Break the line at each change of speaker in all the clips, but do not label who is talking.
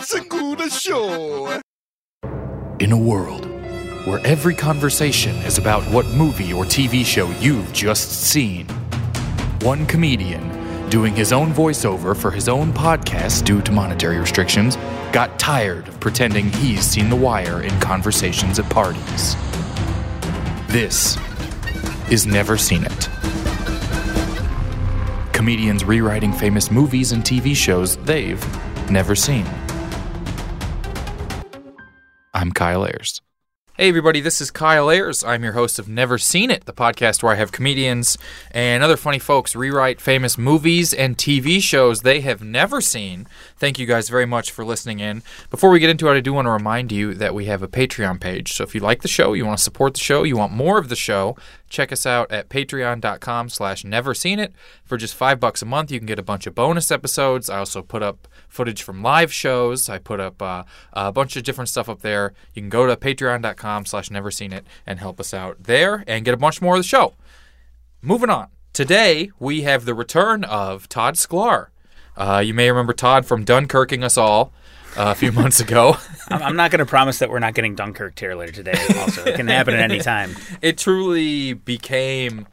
segunda show.
In a world where every conversation is about what movie or TV show you've just seen, one comedian doing his own voiceover for his own podcast due to monetary restrictions got tired of pretending he's seen The Wire in conversations at parties. This is Never Seen It. Comedians rewriting famous movies and TV shows they've never seen. I'm Kyle Ayers. Hey, everybody, this is Kyle Ayers. I'm your host of Never Seen It, the podcast where I have comedians and other funny folks rewrite famous movies and TV shows they have never seen. Thank you guys very much for listening in. Before we get into it, I do want to remind you that we have a Patreon page. So if you like the show, you want to support the show, you want more of the show, check us out at patreon.com slash never seen it. For just five bucks a month, you can get a bunch of bonus episodes. I also put up footage from live shows. I put up uh, a bunch of different stuff up there. You can go to patreon.com slash never seen it and help us out there and get a bunch more of the show. Moving on. Today, we have the return of Todd Sklar. Uh, you may remember Todd from Dunkirking Us All uh, a few months ago.
I'm, I'm not going to promise that we're not getting Dunkirk here later today. Also, it can happen at any time.
it truly became,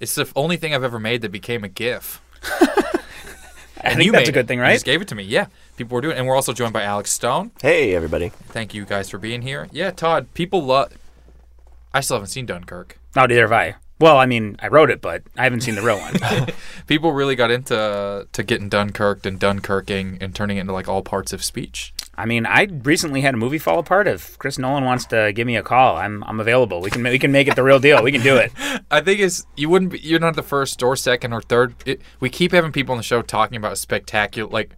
it's the only thing I've ever made that became a GIF.
I think that's
made
a
it.
good thing,
You
right?
just gave it to me. Yeah, people were doing, it. and we're also joined by Alex Stone.
Hey, everybody.
Thank you guys for being here. Yeah, Todd, people love. I still haven't seen Dunkirk.
Not Oh, neither have I. Well, I mean, I wrote it, but I haven't seen the real one.
People really got into uh, to getting Dunkirked and Dunkirking and turning it into like all parts of speech.
I mean, I recently had a movie fall apart. If Chris Nolan wants to give me a call, I'm I'm available. We can ma- we can make it the real deal. We can do it.
I think it's you wouldn't be, you're not the first or second or third. It, we keep having people on the show talking about spectacular like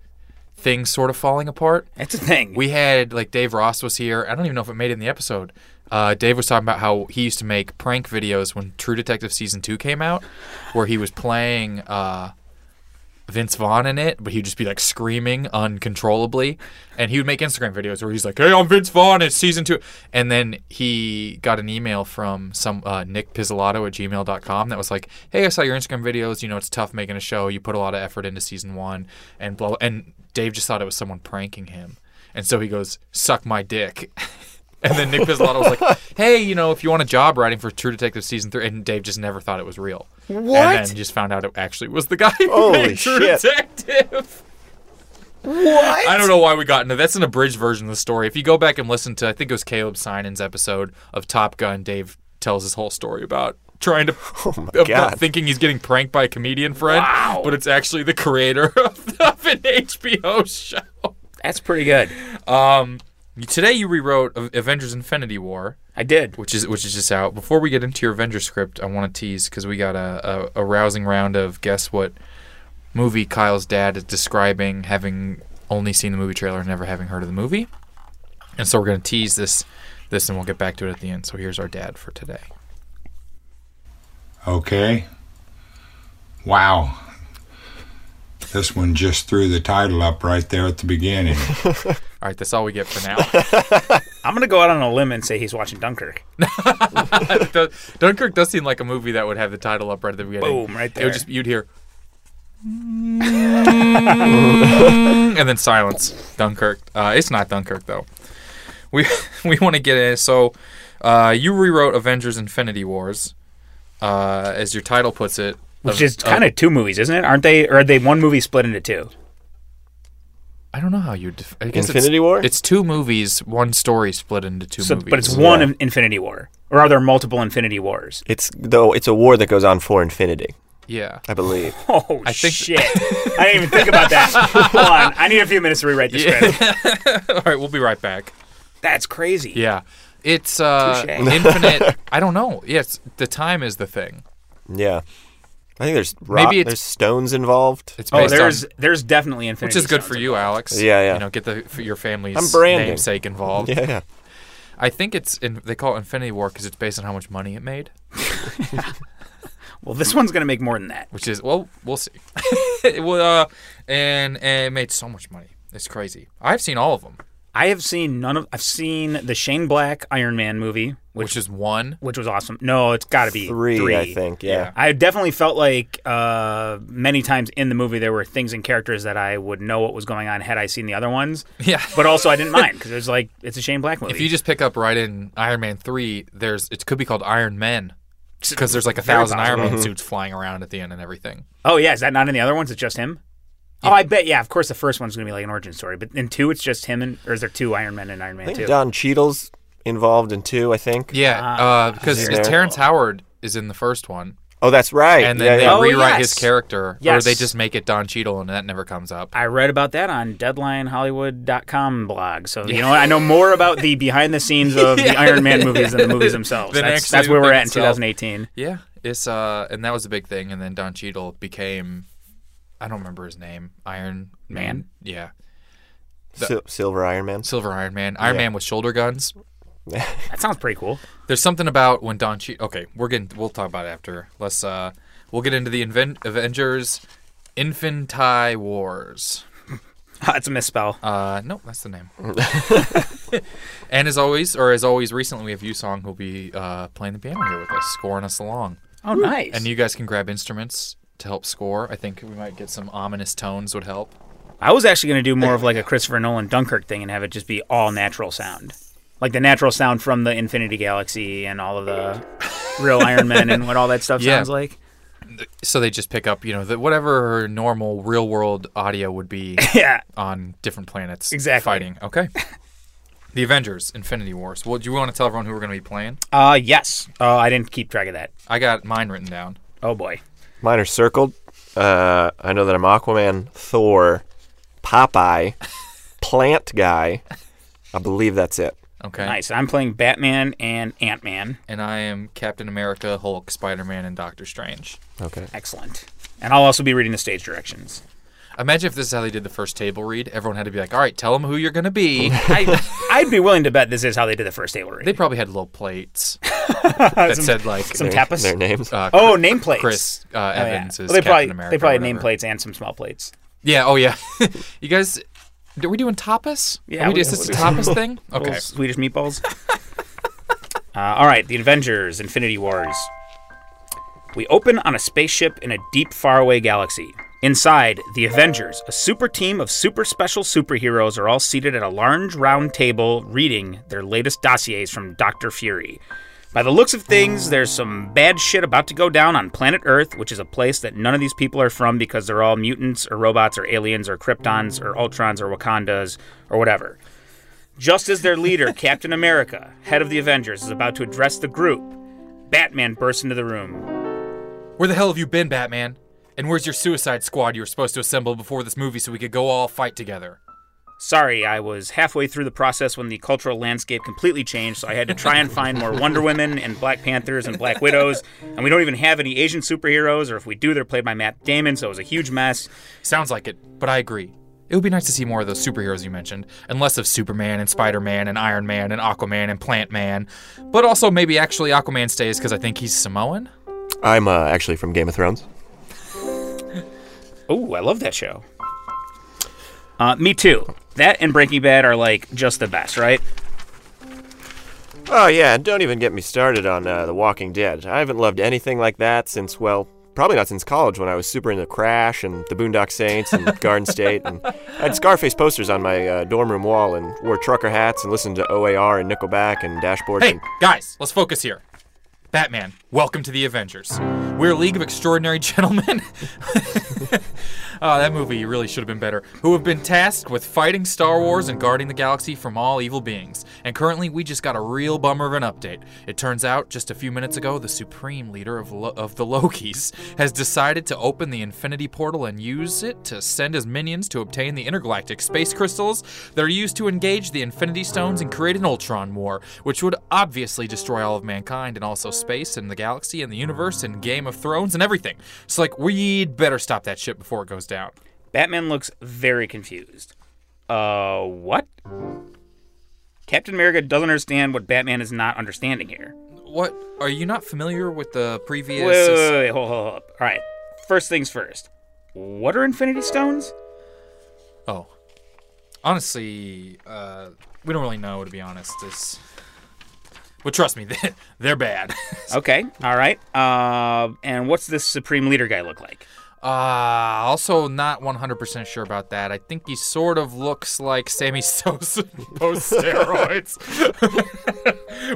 things sort of falling apart.
It's a thing.
We had like Dave Ross was here. I don't even know if it made it in the episode. Uh, Dave was talking about how he used to make prank videos when True Detective season two came out, where he was playing uh, Vince Vaughn in it, but he'd just be like screaming uncontrollably, and he would make Instagram videos where he's like, "Hey, I'm Vince Vaughn. It's season two. and then he got an email from some uh, Nick Pizzolatto at gmail.com that was like, "Hey, I saw your Instagram videos. You know, it's tough making a show. You put a lot of effort into season one, and blah." And Dave just thought it was someone pranking him. And so he goes, suck my dick. And then Nick Pizzolatto was like, hey, you know, if you want a job writing for True Detective Season 3. And Dave just never thought it was real. What? And then just found out it actually was the guy who
Holy
made True
shit.
Detective. What? I don't know why we got into That's an abridged version of the story. If you go back and listen to, I think it was Caleb Sinan's episode of Top Gun, Dave tells his whole story about trying to about
Oh God.
thinking he's getting pranked by a comedian friend but it's actually the creator of, of an hbo show
That's pretty good.
um, today you rewrote A- Avengers: Infinity War,
I did.
which is which is just out. Before we get into your Avengers script, I want to tease because we got a, a, a rousing round of guess what movie Kyle's dad is describing, having only seen the movie trailer and never having heard of the movie. And so we're going to tease this this, and we'll get back to it at the end. So here's our dad for today.
Okay. Wow. This one just threw the title up right there at the beginning.
All right, that's all we get for now.
I'm gonna go out on a limb and say he's watching Dunkirk.
Dun- Dunkirk does seem like a movie that would have the title up right at the beginning.
Boom, right
It
there.
would just you'd hear, "Mm." and then silence. Dunkirk. Uh, it's not Dunkirk though. We we want to get in. So uh, you rewrote Avengers: Infinity Wars, uh, as your title puts it, Uh,
Which is
Oh.
kind of two movies, isn't it? Aren't they? Or are they one movie split into two?
I don't know how you. Def- I guess
Infinity
it's,
War?
It's two movies, one story split into two
So,
movies.
but it's one in- Infinity War, or are there multiple Infinity Wars?
It's though it's a war that goes on for infinity,
yeah.
I believe.
Oh
I think-
shit! I didn't even think about that. Hold on, I need a few minutes to rewrite the script.
All right, we'll be right back.
That's crazy.
Yeah. It's uh,
Touche.
infinite. I don't know. Yes, the time is the thing.
yeah. I think there's rock,
Maybe it's-
there's stones involved.
It's
Oh,
based
there's
on,
there's definitely Infinity.
which is good
Stones
for you, Alex.
Yeah, yeah.
You know, get the for your family's
I'm branding.
namesake involved.
yeah, yeah.
I think it's in, they call it Infinity War because it's based on how much money it made,
Well, this one's gonna make more than that.
which is well, we'll see. well, uh, and, and it made so much money. It's crazy. I've seen all of them.
I have seen none of. I've seen the Shane Black Iron Man movie, which
which is one.
which was awesome. No, it's got to be
Three,
three,
I think. Yeah.
I definitely felt like uh, many times in the movie there were things and characters that I would know what was going on had I seen the other ones.
Yeah.
But also I didn't mind because it was like it's a Shane Black movie.
If you just pick up right in Iron Man three, there's it could be called Iron Men because there's like a
Very
thousand Iron
possible.
Man suits flying around at the end and everything.
oh yeah, is that not in the other ones? It's just him. Oh, I bet. Yeah, of course the first one's gonna be like an origin story, but in two it's just him and or is there two Iron Men and Iron
I
Man two?
think Don Cheadle's involved in two. I think.
Yeah, because
Yeah.
Terrence Howard is in the first one,
Oh, that's right.
and
yeah,
then they
yeah.
Oh,
rewrite
yes.
his character,
Yes.
or they just make it Don Cheadle, and that never comes up.
I read about that on DeadlineHollywood.com blog. So you know what? I know more about the behind the scenes of the Iron Man movies than the movies themselves.
Than
That's,
actually
that's where
the
we're
thing
at in
itself.
2018.
Yeah, it's uh, and that was a big thing, and then Don Cheadle became, I don't remember his name, Iron
Man?
Yeah,
Sil- Silver Iron Man.
Silver Iron Man, Iron Man with shoulder guns.
That sounds pretty cool.
There's something about when Don Cheadle. Okay, we're getting. We'll talk about it after. Let's. uh We'll get into the Inven- Avengers Infanti Wars.
That's a misspell.
Uh, no, that's the name. and as always, or as always, recently we have Yu Song who'll be uh, playing the piano here with us, scoring us along.
Oh, nice.
And you guys can grab instruments to help score. I think we might get some ominous tones would help.
I was actually going to do more of like a Christopher Nolan Dunkirk thing and have it just be all natural sound, like the natural sound from the Infinity Galaxy and all of the real Iron Man and what all that stuff
Yeah.
sounds like.
So they just pick up, you know, the, whatever normal real world audio would be
Yeah,
on different planets
Exactly.
fighting. Okay. the Avengers Infinity Wars. Well, do you want to tell everyone who we're going to be playing?
uh, yes. Oh, I didn't keep track of that.
I got mine written down.
Oh boy,
Mine are circled. Uh, I know that I'm Aquaman, Thor, Popeye, Plant Guy. I believe that's it.
Okay.
nice. I'm playing Batman and Ant Man.
And I am Captain America, Hulk, Spider Man, and Doctor Strange.
Okay.
Excellent. And I'll also be reading the stage directions.
Imagine if this is how they did the first table read. Everyone had to be like, all right, tell them who you're going to be.
I, I'd be willing to bet this is how they did the first table read.
they probably had little plates that said, like,
some tapas.
Their names.
uh,
oh, nameplates.
Chris uh,
Oh, yeah.
Evans
Well,
is
they
Captain
probably
America.
they probably
or
had
whatever.
nameplates and some small plates.
Yeah. Oh, yeah. you guys, are we doing tapas?
Yeah,
Are we,
we-
is this a tapas thing? Okay.
Little Swedish meatballs. uh, all right, the Avengers: Infinity Wars. We open on a spaceship in a deep, faraway galaxy. Inside, the Avengers, a super team of super special superheroes, are all seated at a large round table reading their latest dossiers from Doctor Fury. By the looks of things, there's some bad shit about to go down on planet Earth, which is a place that none of these people are from because they're all mutants or robots or aliens or Kryptons or Ultrons or Wakandas or whatever. Just as their leader, Captain America, head of the Avengers, is about to address the group, Batman bursts into the room.
Where the hell have you been, Batman? And where's your suicide squad you were supposed to assemble before this movie so we could go all fight together?
Sorry, I was halfway through the process when the cultural landscape completely changed, so I had to try and find more Wonder Women and Black Panthers and Black Widows, and we don't even have any Asian superheroes, or if we do, they're played by Matt Damon, so it was a huge mess.
Sounds like it, but I agree. It would be nice to see more of those superheroes you mentioned, and less of Superman and Spider Man and Iron Man and Aquaman and Plant Man. But also, maybe actually Aquaman stays because I think he's Samoan?
I'm uh, actually from Game of Thrones.
Oh, I love that show. Uh, me too. That and Breaking Bad are like just the best, right?
Oh yeah, and don't even get me started on uh, The Walking Dead. I haven't loved anything like that since well, probably not since college when I was super into Crash and The Boondock Saints and Garden State, and I had Scarface posters on my uh, dorm room wall and wore trucker hats and listened to OAR and Nickelback and Dashboard.
Hey,
and-
guys, let's focus here. Batman, welcome to the Avengers. We're a league of extraordinary gentlemen. oh, that movie really should have been better. Who have been tasked with fighting Star Wars and guarding the galaxy from all evil beings. And currently, we just got a real bummer of an update. It turns out, just a few minutes ago, the supreme leader of, Lo- of the Lokis has decided to open the Infinity Portal and use it to send his minions to obtain the intergalactic space crystals that are used to engage the Infinity Stones and create an Ultron War, which would obviously destroy all of mankind and also space and the galaxy and the universe and Game of Thrones and everything. So, like, we'd better stop that shit before it goes down.
Batman looks very confused. Uh, what? Captain America doesn't understand what Batman is not understanding here.
What? Are you not familiar with the previous.
Wait, wait, wait, wait, hold, hold, hold. All right. First things first. What are Infinity Stones?
Oh. honestly, uh, we don't really know to be honest. It's, but trust me, they- they're bad.
Okay, all right. Uh, and what's this supreme leader guy look like?
Uh, also not 100% sure about that. I think he sort of looks like Sammy Sosa post steroids.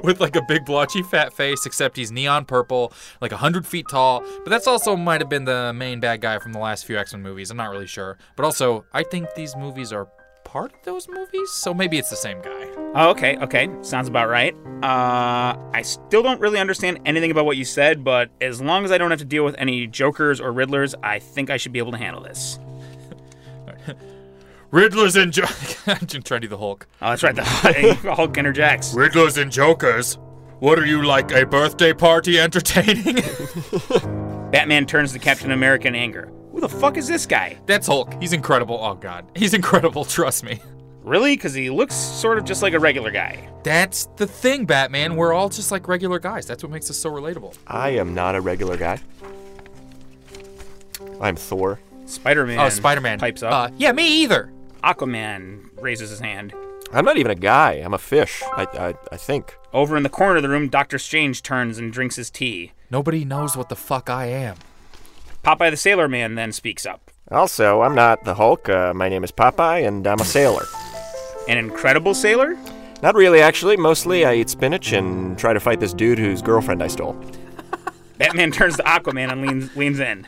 With like a big blotchy fat face, except he's neon purple, like 100 feet tall. But that's also might have been the main bad guy from the last few X Men movies. I'm not really sure. But also, I think these movies are part of those movies, so maybe it's the same guy.
Oh, okay, okay, sounds about right. Uh, I still don't really understand anything about what you said, but as long as I don't have to deal with any jokers or riddlers, I think I should be able to handle this.
Riddlers and Jokers. I'm trying to do the Hulk.
Oh, that's right, the Hulk interjects.
Riddlers and Jokers? What are you like, a birthday party entertaining?
Batman turns to Captain America in anger. Who the fuck is this guy?
That's Hulk. He's incredible. Oh god. He's incredible, trust me.
Really? Because he looks sort of just like a regular guy.
That's the thing, Batman. We're all just like regular guys. That's what makes us so relatable.
I am not a regular guy. I'm Thor.
Spider Man.
Oh, Spider-Man.
Pipes up.
Uh, yeah, me either.
Aquaman raises his hand.
I'm not even a guy. I'm a fish. I, I, I think.
Over in the corner of the room, Doctor Strange turns and drinks his tea.
Nobody knows what the fuck I am.
Popeye the Sailor Man then speaks up.
Also, I'm not the Hulk. Uh, my name is Popeye, and I'm a sailor.
An incredible sailor?
Not really, actually. Mostly, I eat spinach and try to fight this dude whose girlfriend I stole.
Batman turns to Aquaman and leans, leans in,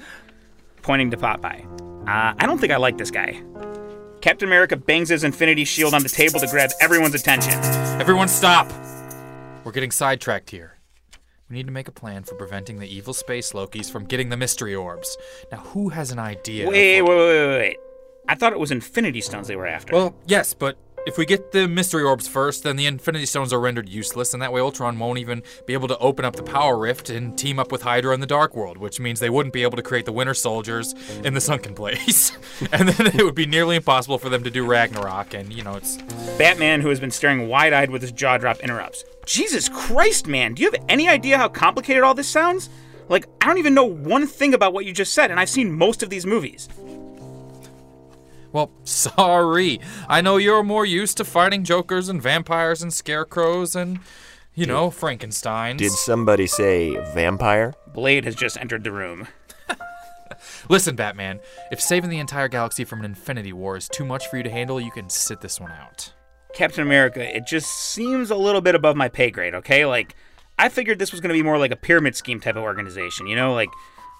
pointing to Popeye. Uh, I don't think I like this guy. Captain America bangs his infinity shield on the table to grab everyone's attention.
Everyone stop. We're getting sidetracked here. We need to make a plan for preventing the evil space Lokis from getting the mystery orbs. Now, who has an idea? of
Wait, wait,
what-
wait, wait, wait. I thought it was infinity stones they were after.
Well, yes, but if we get the mystery orbs first, then the Infinity Stones are rendered useless, and that way Ultron won't even be able to open up the Power Rift and team up with Hydra in the Dark World, which means they wouldn't be able to create the Winter Soldiers in the Sunken Place. and then it would be nearly impossible for them to do Ragnarok, and, you know, it's.
Batman, who has been staring wide eyed with his jaw drop, interrupts. Jesus Christ, man, do you have any idea how complicated all this sounds? Like, I don't even know one thing about what you just said, and I've seen most of these movies.
Well, sorry. I know you're more used to fighting Jokers and vampires and scarecrows and, you know, Frankensteins.
Did somebody say vampire?
Blade has just entered the room.
Listen, Batman, if saving the entire galaxy from an Infinity War is too much for you to handle, you can sit this one out.
Captain America, it just seems a little bit above my pay grade, okay? Like, I figured this was going to be more like a pyramid scheme type of organization, you know? Like,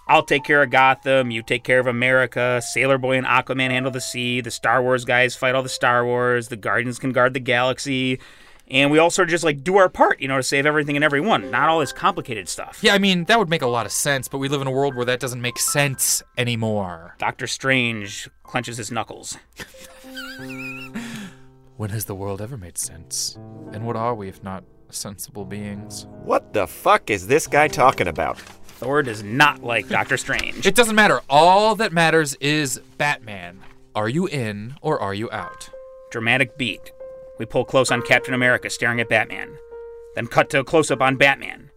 I'll take care of Gotham, you take care of America, Sailor Boy and Aquaman handle the sea, the Star Wars guys fight all the Star Wars, the Guardians can guard the galaxy, and we all sort of just, like, do our part, you know, to save everything and everyone, not all this complicated stuff.
Yeah, I mean, that would make a lot of sense, but we live in a world where that doesn't make sense anymore.
Doctor Strange clenches his knuckles.
When has the world ever made sense? And what are we if not sensible beings?
What the fuck is this guy talking about?
Thor does not like Doctor Strange.
It doesn't matter. All that matters is Batman. Are you in or are you out?
Dramatic beat. We pull close on Captain America staring at Batman. Then cut to a close up on Batman.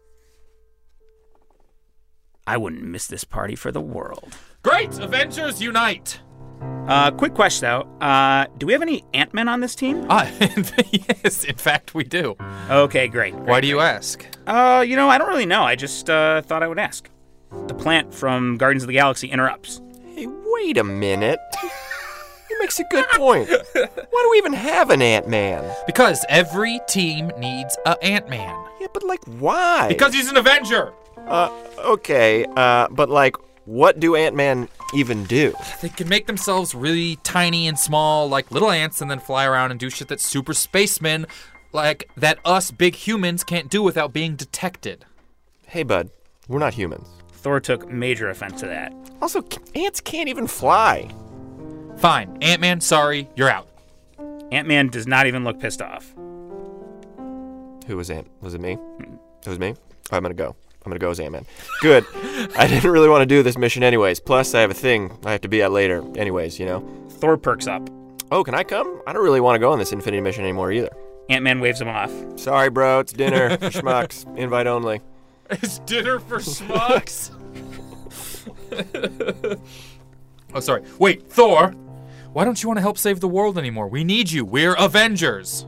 I wouldn't miss this party for the world.
Great! Avengers unite!
Uh, quick question though. Uh, do we have any Ant Men on this team?
Ah, yes, in fact, we do.
Okay, great.
Why do you ask?
Uh, you know, I don't really know. I just uh, thought I would ask. The plant from Guardians of the Galaxy interrupts.
Hey, wait a minute. He makes a good point. Why do we even have an Ant Man?
Because every team needs a Ant-Man.
Yeah, but like, why?
Because he's an Avenger!
Uh, okay, uh, but like, what do Ant Man even do?
They can make themselves really tiny and small, like little ants, and then fly around and do shit that super spacemen, like that us big humans, can't do without being detected.
Hey, bud, we're not humans.
Thor took major offense to that.
Also, c- ants can't even fly.
Fine, Ant Man, sorry, you're out.
Ant Man does not even look pissed off.
Who was Ant? Was it me? It was me. Alright, I'm gonna go. I'm gonna go as Ant Man. Good. I didn't really want to do this mission anyways. Plus, I have a thing I have to be at later. Anyways, you know.
Thor perks up.
Oh, can I come? I don't really want to go on this Infinity mission anymore either.
Ant Man waves him off.
Sorry, bro. It's dinner. for Schmucks. Invite only.
It's dinner for schmucks. oh, sorry. Wait, Thor, Why don't you want to help save the world anymore? We need you. We're Avengers.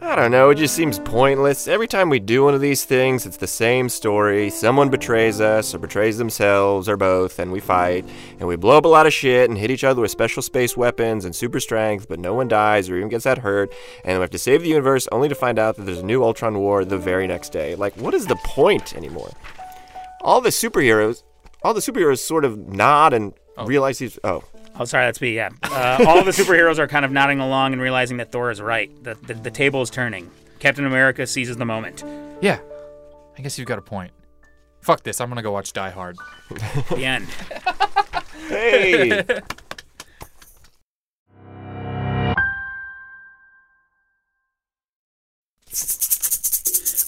I don't know, it just seems pointless. Every time we do one of these things, it's the same story. Someone betrays us, or betrays themselves, or both, and we fight, and we blow up a lot of shit and hit each other with special space weapons and super strength, but no one dies or even gets that hurt, and we have to save the universe only to find out that there's a new Ultron war the very next day. Like, what is the point anymore? All the superheroes, all the superheroes sort of nod and realize he's. Oh.
Oh, sorry, that's me. Yeah, uh, all the superheroes are kind of nodding along and realizing that Thor is right. The, the the table is turning. Captain America seizes the moment.
Yeah. I guess you've got a point. Fuck this. I'm going to go watch Die Hard.
The end.
Hey!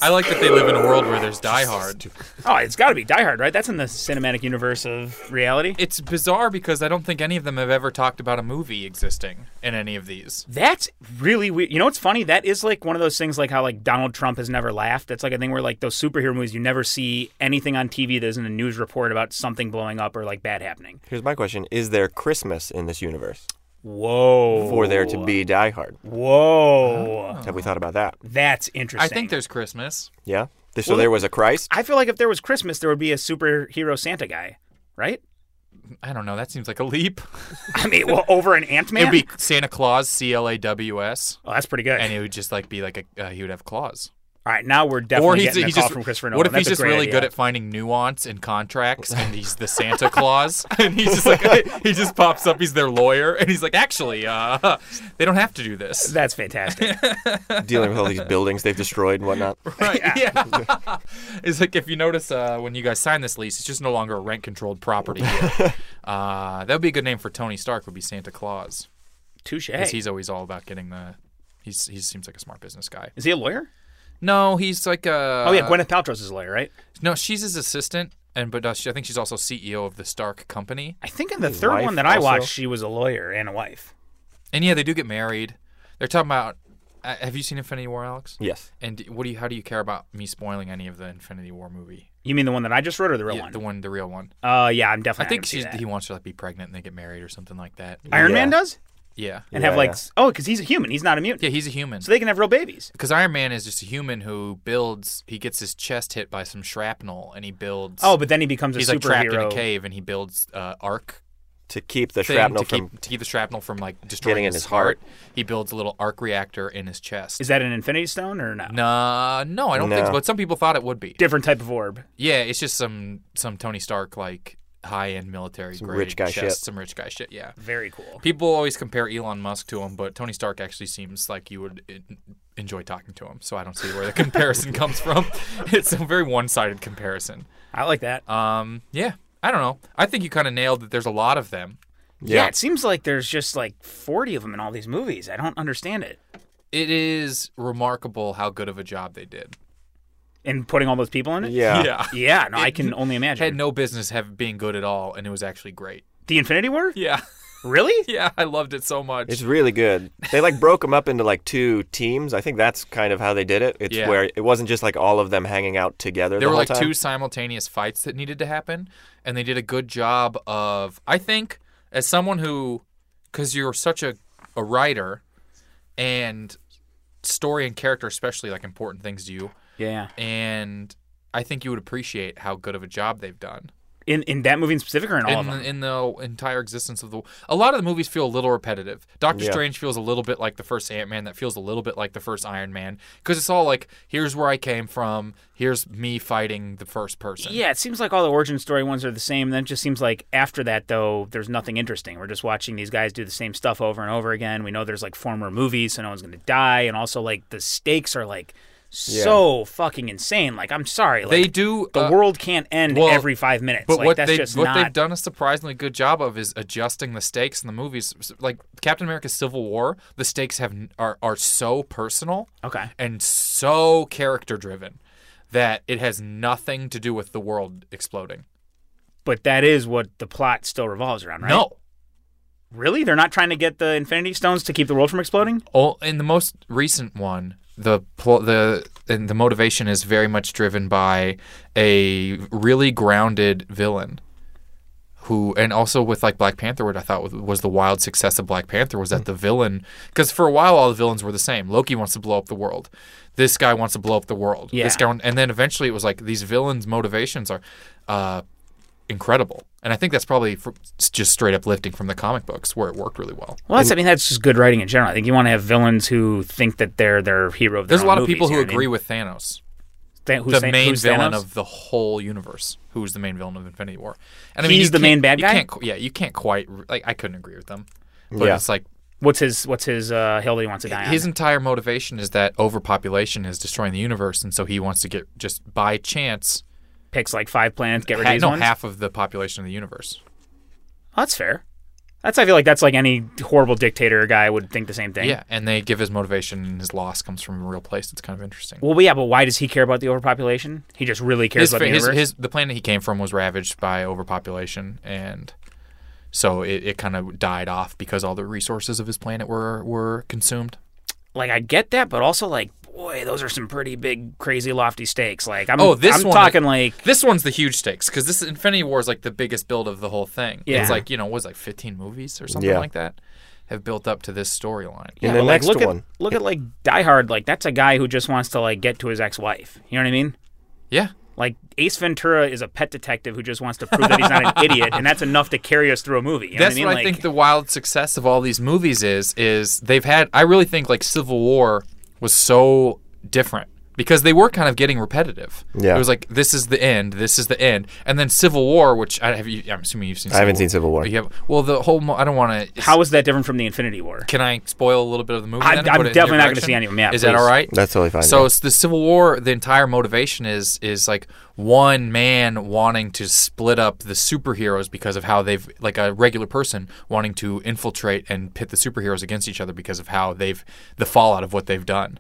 I like that they live in a world where there's Die Hard.
Oh, it's got to be Die Hard, right? That's in the cinematic universe of reality.
It's bizarre because I don't think any of them have ever talked about a movie existing in any of these.
That's really weird. You know what's funny? That is like one of those things, like how like Donald Trump has never laughed. That's like a thing where like those superhero movies, you never see anything on TV that isn't a news report about something blowing up or like bad happening.
Here's my question Is there Christmas in this universe
Whoa.
for there to be Oh. Die Hard?
Whoa.
Have we thought about that?
That's interesting.
I think there's Christmas.
Yeah. Th- So there was a Christ.
I feel like if there was Christmas, there would be a superhero Santa guy, right?
I don't know. That seems like a leap.
I mean, well, over an Ant Man.
It'd be Santa Claus, C L A W S,
Oh, that's pretty good.
and it would just like be like a uh, he would have claws.
All right, now we're definitely
or he's,
getting a
he's
call
just
from Christopher Nolan.
what if he's
That's a
just
great
really
idea.
good at finding nuance in contracts, and he's the Santa Claus, and he's just like he just pops up. He's their lawyer, and he's like, actually, uh, they don't have to do this.
That's fantastic.
dealing with all these buildings they've destroyed and whatnot.
Right. Yeah. it's like if you notice uh, when you guys sign this lease, it's just no longer a rent controlled property. Here. uh, that would be a good name for Tony Stark, would be Santa Claus.
Touche.
Because he's always all about getting the. He's, he seems like a smart business guy.
Is he a lawyer?
No, he's like a.
oh yeah, Gwyneth Paltrow's his lawyer, right?
No, she's his assistant, and but uh, she, I think she's also CEO of the Stark Company.
I think in the third
wife
one that I
also?
watched, she was a lawyer and a wife.
And yeah, they do get married. They're talking about. Uh, have you seen Infinity War, Alex?
Yes.
And what do you? How do you care about me spoiling any of the Infinity War movie?
You mean the one that I just wrote or the real
Yeah,
one?
the one, the real one.
Uh, yeah, I'm
I
definitely.
think
she's
she's, he wants her to like, be pregnant and they get married or something like that.
Iron Man
Yeah.
does,
Yeah.
and
Yeah,
have like
yeah.
s- oh, because he's a human, he's not immune,
Yeah, he's a human.
so they can have real babies.
Because Iron Man is just a human who builds, he gets his chest hit by some shrapnel and he builds.
Oh, but then he becomes a
he's
superhero.
like trapped in a cave and he builds uh, arc
To keep the
thing
shrapnel
to keep
from.
to keep the shrapnel from like destroying
Getting in
his
his heart.
He builds a little arc reactor in his chest.
Is that an Infinity Stone or no?
Nah, no, I don't think so.
No.
But some people thought it would be.
Different type of orb.
Yeah, it's just some some Tony Stark like high end military grade
rich guy
chest,
shit.
some rich guy shit. Yeah.
Very cool.
People always compare Elon Musk to him, but Tony Stark actually seems like you would en- enjoy talking to him. So I don't see where the comparison comes from. It's a very one-sided comparison.
I like that.
Um, yeah, I don't know. I think you kind of nailed that. There's a lot of them.
yeah.
yeah.
it seems like there's just like 40 of them in all these movies. I don't understand it.
It is remarkable how good of a job they did.
And putting all those people in it.
Yeah.
Yeah, no, I can only imagine.
had no business have being good at all, and it was actually great.
the Infinity War?
Yeah,
Really?
yeah, I loved it so much.
It's really good. They like broke them up into like two teams. I think that's kind of how they did it. It's
Yeah.
where it wasn't just like all of them hanging out together.
there
the
were
whole
like
time.
two simultaneous fights that needed to happen and they did a good job of i think as someone who because you're such a, a writer and story and character especially like important things to you
Yeah.
and i think you would appreciate how good of a job they've done
In in that movie in specific or in all
in
of them?
the, in the entire existence of the a lot of the movies feel a little repetitive doctor
Yeah.
strange feels a little bit like the first ant-man that feels a little bit like the first iron man because it's all like here's where i came from here's me fighting the first person
yeah, it seems like all the origin story ones are the same. Then it just seems like after that, though, there's nothing interesting. We're just watching these guys do the same stuff over and over again. We know there's like former movies, so no one's going to die. And also, like, the stakes are like so fucking insane. Like, I'm sorry. Like,
They do
The
uh,
world can't end
well,
every five minutes.
But
like,
what
that's
they
just
what
not.
they've done a surprisingly good job of is adjusting the stakes in the movies. S- Like Captain America's Civil War, the stakes have n- are are so personal
Okay.
and so character driven that it has nothing to do with the world exploding.
But that is what the plot still revolves around, right?
No.
Really? They're not trying to get the Infinity Stones to keep the world from exploding?
Oh, in the most recent one, the pl- the and the motivation is very much driven by a really grounded villain who and also with like Black Panther, what I thought was- was the wild success of Black Panther was
Hmm.
that the villain, because for a while all the villains were the same. Loki wants to blow up the world. This guy wants to blow up the world. This
Yeah.
guy, and then eventually it was like these villains' motivations are uh, incredible, and I think that's probably fr just straight up lifting from the comic books where it worked really well.
Well, that's, I mean, that's just good writing in general. I think you want to have villains who think that they're their hero. Of their
There's a
own
lot of
movies,
people
you
who
know what I
agree
mean?
with Thanos.
Th- who's
the
Than-
main
who's
villain
Thanos?
of the whole universe, who's the main villain of Infinity War. And
He's
you
the main
can't-
bad
you
guy?
Can't, qu- yeah, you can't quite like I couldn't agree with them, but
Yeah.
it's like
what's his what's his uh, hill that he wants to die on?
his entire motivation is that overpopulation is destroying the universe, and so he wants to get just by chance
Picks like five planets, get rid of
ha-
these
no
ones.
half of the population of the universe.
Oh, that's fair. That's I feel like that's like any horrible dictator guy would think the same thing.
Yeah, and they give his motivation, and his loss comes from a real place. It's kind of interesting.
Well, yeah, but why does he care about the overpopulation? He just really cares
his,
about the
his,
universe.
his- the planet he came from was ravaged by overpopulation and so it, it kind of died off because all the resources of his planet were were consumed
like I get that, but also like, boy, those are some pretty big, crazy, lofty stakes. Like I'm,
Oh, this
I'm
one-
talking like
This one's the huge stakes because this Infinity War is like the biggest build of the whole thing.
Yeah.
It's like you know what was it, like 15 movies or something
Yeah.
like that have built up to this storyline.
In
Yeah,
the
but, like,
next
look
one.
At, look at like Die Hard. Like that's a guy who just wants to like get to his ex-wife. You know what I mean?
Yeah,
Like Ace Ventura is a pet detective who just wants to prove that he's not an idiot, and that's enough to carry us through a movie. You know
that's
what I mean?
what I
like,
think the wild success of all these movies is. Is they've had. I really think like Civil War was so different because they were kind of getting repetitive.
Yeah.
it was like this is the end, this is the end, and then Civil War, which I have. You, I'm assuming you've seen. Civil
I haven't seen Civil War.
You have, well, the whole. Mo- I don't want to.
how is that different from the Infinity War?
Can I spoil a little bit of the movie?
I'm-
then and
I'm
put it in
definitely
your
not gonna
direction?
see any of 'em. Yeah,
Is that
please.
all right?
That's totally fine.
So
yeah.
it's the Civil War. The entire motivation is is like one man wanting to split up the superheroes because of how they've like a regular person wanting to infiltrate and pit the superheroes against each other because of how they've the fallout of what they've done.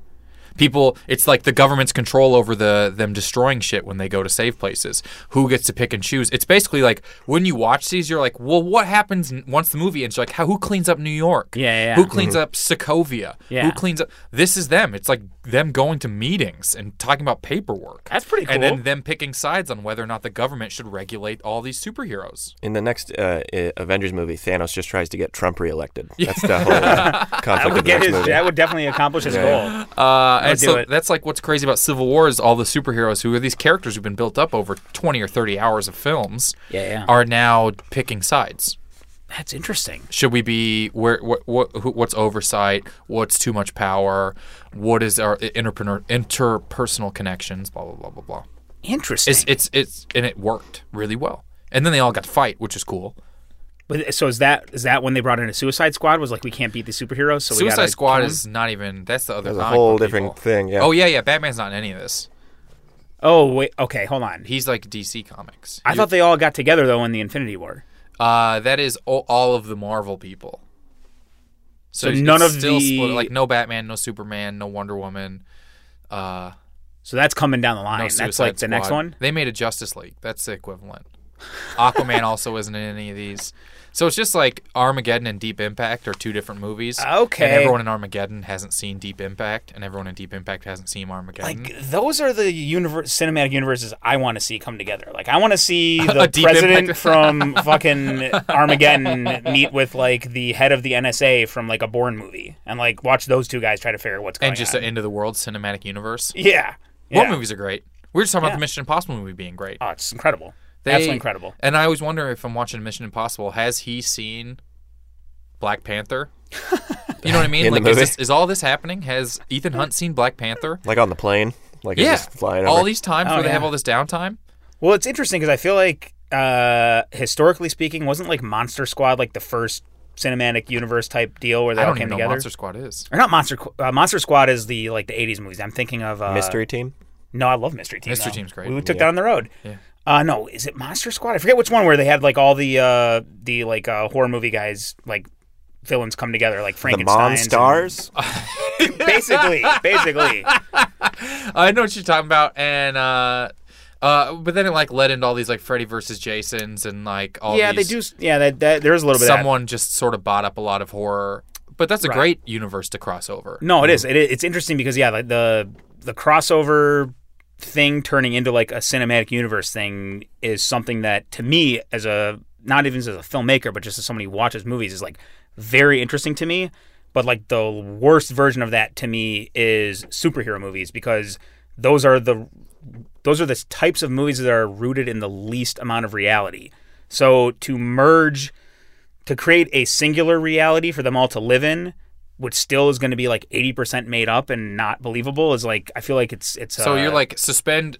People, it's like the government's control over the them destroying shit when they go to save places. Who gets to pick and choose? It's basically like when you watch these, you're like, well, what happens n- once the movie ends? You're like, how who cleans up New York?
Yeah, yeah, yeah.
Who cleans up Sokovia?
Yeah.
Who cleans up? This is them. It's like them going to meetings and talking about paperwork.
That's pretty
And
cool.
then them picking sides on whether or not the government should regulate all these superheroes.
in the next uh, I- Avengers movie, Thanos just tries to get Trump reelected. That's the whole uh, conflict
That
of the
would get
next
his.
movie.
That would definitely accomplish his goal.
Uh, and
do
so
it.
that's like what's crazy about Civil War is all the superheroes who are these characters who've been built up over 20 or 30 hours of films
Yeah, yeah.
are now picking sides.
That's interesting.
Should we be where what, what who, what's oversight? What's too much power? What is our interper- interpersonal connections? Blah blah blah blah blah.
Interesting.
It's it's it's and it worked really well. And then they all got to fight, which is cool.
But so is that is that when they brought in a Suicide Squad? Was like we can't beat the superheroes, so we
Suicide
gotta
Squad
kill 'em?
is not even that's the other
That's a
comic
whole
book
different
people.
thing, yeah.
Oh yeah, yeah. Batman's not in any of this.
Oh wait, okay, hold on.
He's like DC Comics.
I thought they all got together though in the Infinity War.
Uh, that is all, all of the Marvel people. So, it's
none of
still
the-
split, like no Batman, no Superman, no Wonder Woman, uh,
So that's coming down the line.
no Suicide
that's like the
Squad.
next one.
They made a Justice League. That's the equivalent. Aquaman also isn't in any of these. So it's just like Armageddon and Deep Impact are two different movies.
Okay.
And everyone in Armageddon hasn't seen Deep Impact, and everyone in Deep Impact hasn't seen Armageddon.
Like those are the universe, cinematic universes I want to see come together. Like I want to see
A
the
deep
president
impact.
from fucking Armageddon meet with like the head of the NSA from like a Bourne movie, and like watch those two guys try to figure out what's going
and just
on.
the end of the world cinematic universe.
yeah,
War
oh, yeah.
movies are great. We were just talking
Yeah.
about the Mission Impossible movie being great.
Oh, it's incredible.
They-
Absolutely incredible.
And I always wonder if I'm watching Mission Impossible, has he seen Black Panther? You know what I mean?
In the
like, is,
movie?
this, is all this happening? Has Ethan Hunt seen Black Panther?
Like on the plane, like it's
yeah.
just flying
all
over.
these times
Oh,
where they have
yeah.
all this downtime.
Well, it's interesting because I feel like uh, historically speaking, wasn't like Monster Squad like the first cinematic universe type deal where they
I
all
don't
came
even know
together?
Monster Squad is.
Or not Monster Qu- uh, Monster Squad is the like the '80s movies. I'm thinking of uh,
mystery team.
No, I love Mystery Team.
Mystery
though.
Team's great.
We took that on the road.
Yeah.
Uh, no, is it Monster Squad? I forget which one where they had like all the uh, the like uh, horror movie guys like villains come together like
The
Frankenstein.
Monstars.
basically, basically.
I know what you're talking about, and uh, uh, but then it like led into all these like Freddy versus Jasons and like all
yeah, they
these-
do. s- Yeah, that, that there is a little bit. of that.
Someone just sort of bought up a lot of horror, but that's a
Right.
great universe to cross over.
No, it is. It is. It's interesting because yeah, like the the crossover thing turning into like a cinematic universe thing is something that to me as a not even as a filmmaker, but just as someone who watches movies, is like very interesting to me. But like the worst version of that to me is superhero movies because those are the those are the types of movies that are rooted in the least amount of reality. So to merge to create a singular reality for them all to live in, which still is going to be like eighty percent made up and not believable, is like I feel like it's it's.
So
uh,
you're like suspend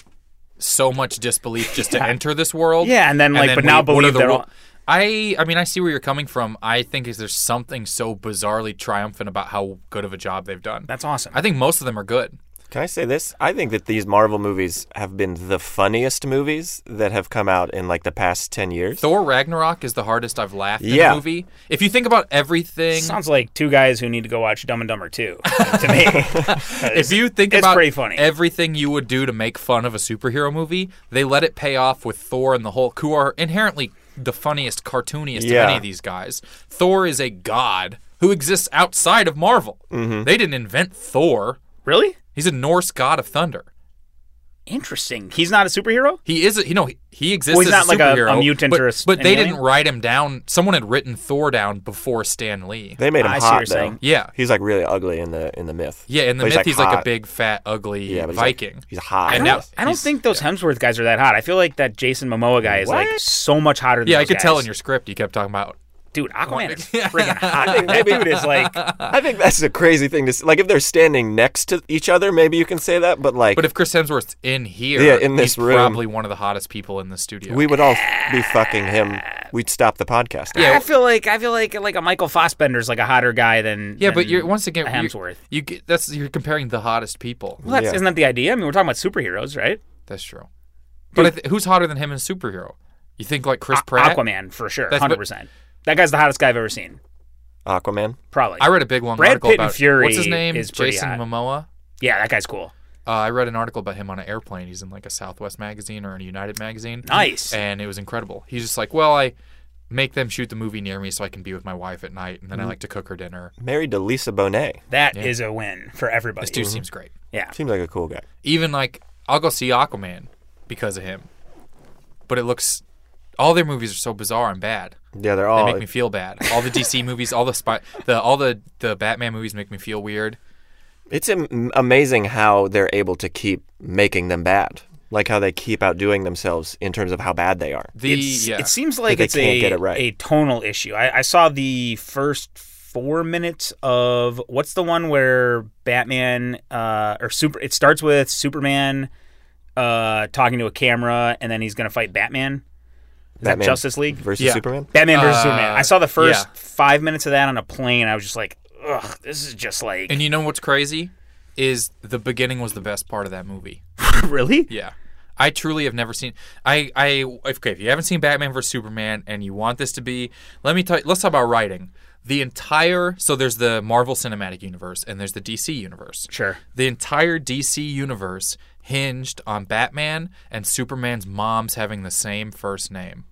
so much disbelief just to enter this world.
Yeah, and then, like, but now
what- what are
believe
the
they're
ru-
all-
I I mean I see where you're coming from. I think is there's something so bizarrely triumphant about how good of a job they've done.
that's awesome.
I think most of them are good.
Can I say this? I think that these Marvel movies have been the funniest movies that have come out in like the past 10 years.
Thor Ragnarok is the hardest I've laughed in
Yeah.
a movie. If you think about everything,
Sounds like two guys who need to go watch Dumb and Dumber Two to me.
if you think
it's
about
pretty funny.
everything you would do to make fun of a superhero movie, they let it pay off with Thor and the Hulk, who are inherently the funniest, cartooniest
Yeah.
of any of these guys. Thor is a god who exists outside of Marvel.
Mm-hmm.
They didn't invent Thor.
really
He's a Norse god of thunder.
interesting. He's not a superhero.
He is, a, you know, he, he exists
Well, he's
as
not like
a
a- a
superhero.
mutant
but,
or a s-
but they
anything?
didn't write him down. Someone had written Thor down before Stan Lee.
They made him
I see what
hot
you're
though.
saying.
Yeah.
He's like really ugly in the in the myth.
Yeah, in the
But
myth, he's like a
hot.
big, fat, ugly
Yeah, but he's like-
Viking.
He's hot.
And
I
now-
don't, I don't
he's-
think those Hemsworth guys are that hot. I feel like that Jason Momoa guy is like
What?
so much hotter. than
yeah, I
those
could tell
guys.
in your script you kept talking about
dude. Aquaman is friggin' hot. That dude is like
I think that's a crazy thing to s Like if they're standing next to each other, maybe you can say that, but like
But if Chris Hemsworth's in here,
Yeah, in this
he's
room.
probably one of the hottest people in the studio.
we would all be fucking him, we'd stop the podcast.
Yeah.
I feel like I feel like like a Michael Fassbender's like a hotter guy than
yeah, but
than
you're once again
a
you're-
Hemsworth.
You get- that's you're comparing the hottest people.
Well, that's,
Yeah.
isn't that the idea? I mean, we're talking about superheroes, right?
That's true. But I th- who's hotter than him in superhero? You think like Chris Pratt?
Aquaman for sure,
That's-
hundred percent. That guy's the hottest guy I've ever seen,
Aquaman.
probably.
I read a big long
Brad
article
Pitt and
about
Fury
what's his name
is pretty
Jason
hot.
Momoa.
yeah, that guy's cool.
Uh, I read an article about him on an airplane. He's in like a Southwest magazine or a United magazine.
Nice.
And it was incredible. He's just like, well, I make them shoot the movie near me so I can be with my wife at night, and then I
Mm-hmm.
like to cook her dinner.
Married to Lisa Bonet.
That is a win for everybody.
This dude seems great.
yeah,
Seems like a cool guy.
even like I'll go see Aquaman because of him. But it looks all their movies are so bizarre and bad.
Yeah, they're
They
all
make
Oh.
me feel bad. All the DC movies, all the spy, the all the the Batman movies make me feel weird.
It's am- amazing how they're able to keep making them bad. Like how they keep outdoing themselves in terms of how bad they are.
The
It's-
yeah.
it seems like
they
it's
can't
a,
get it right.
a tonal issue. I, I saw the first four minutes of what's the one where Batman uh, or super. It starts with Superman uh, talking to a camera, and then he's gonna fight Batman. Is
Batman
that Justice League
versus
Yeah.
Superman.
Batman versus
Uh,
Superman. I saw the first
yeah.
five minutes of that on a plane. I was just like, ugh, this is just like
and you know what's crazy is the beginning was the best part of that movie.
really.
Yeah. I truly have never seen. I I okay. If you haven't seen Batman vs Superman and you want this to be, let me tell. you- Let's talk about writing. The entire so there's the Marvel Cinematic Universe and there's the DC Universe.
Sure.
The entire DC universe hinged on Batman and Superman's moms having the same first name.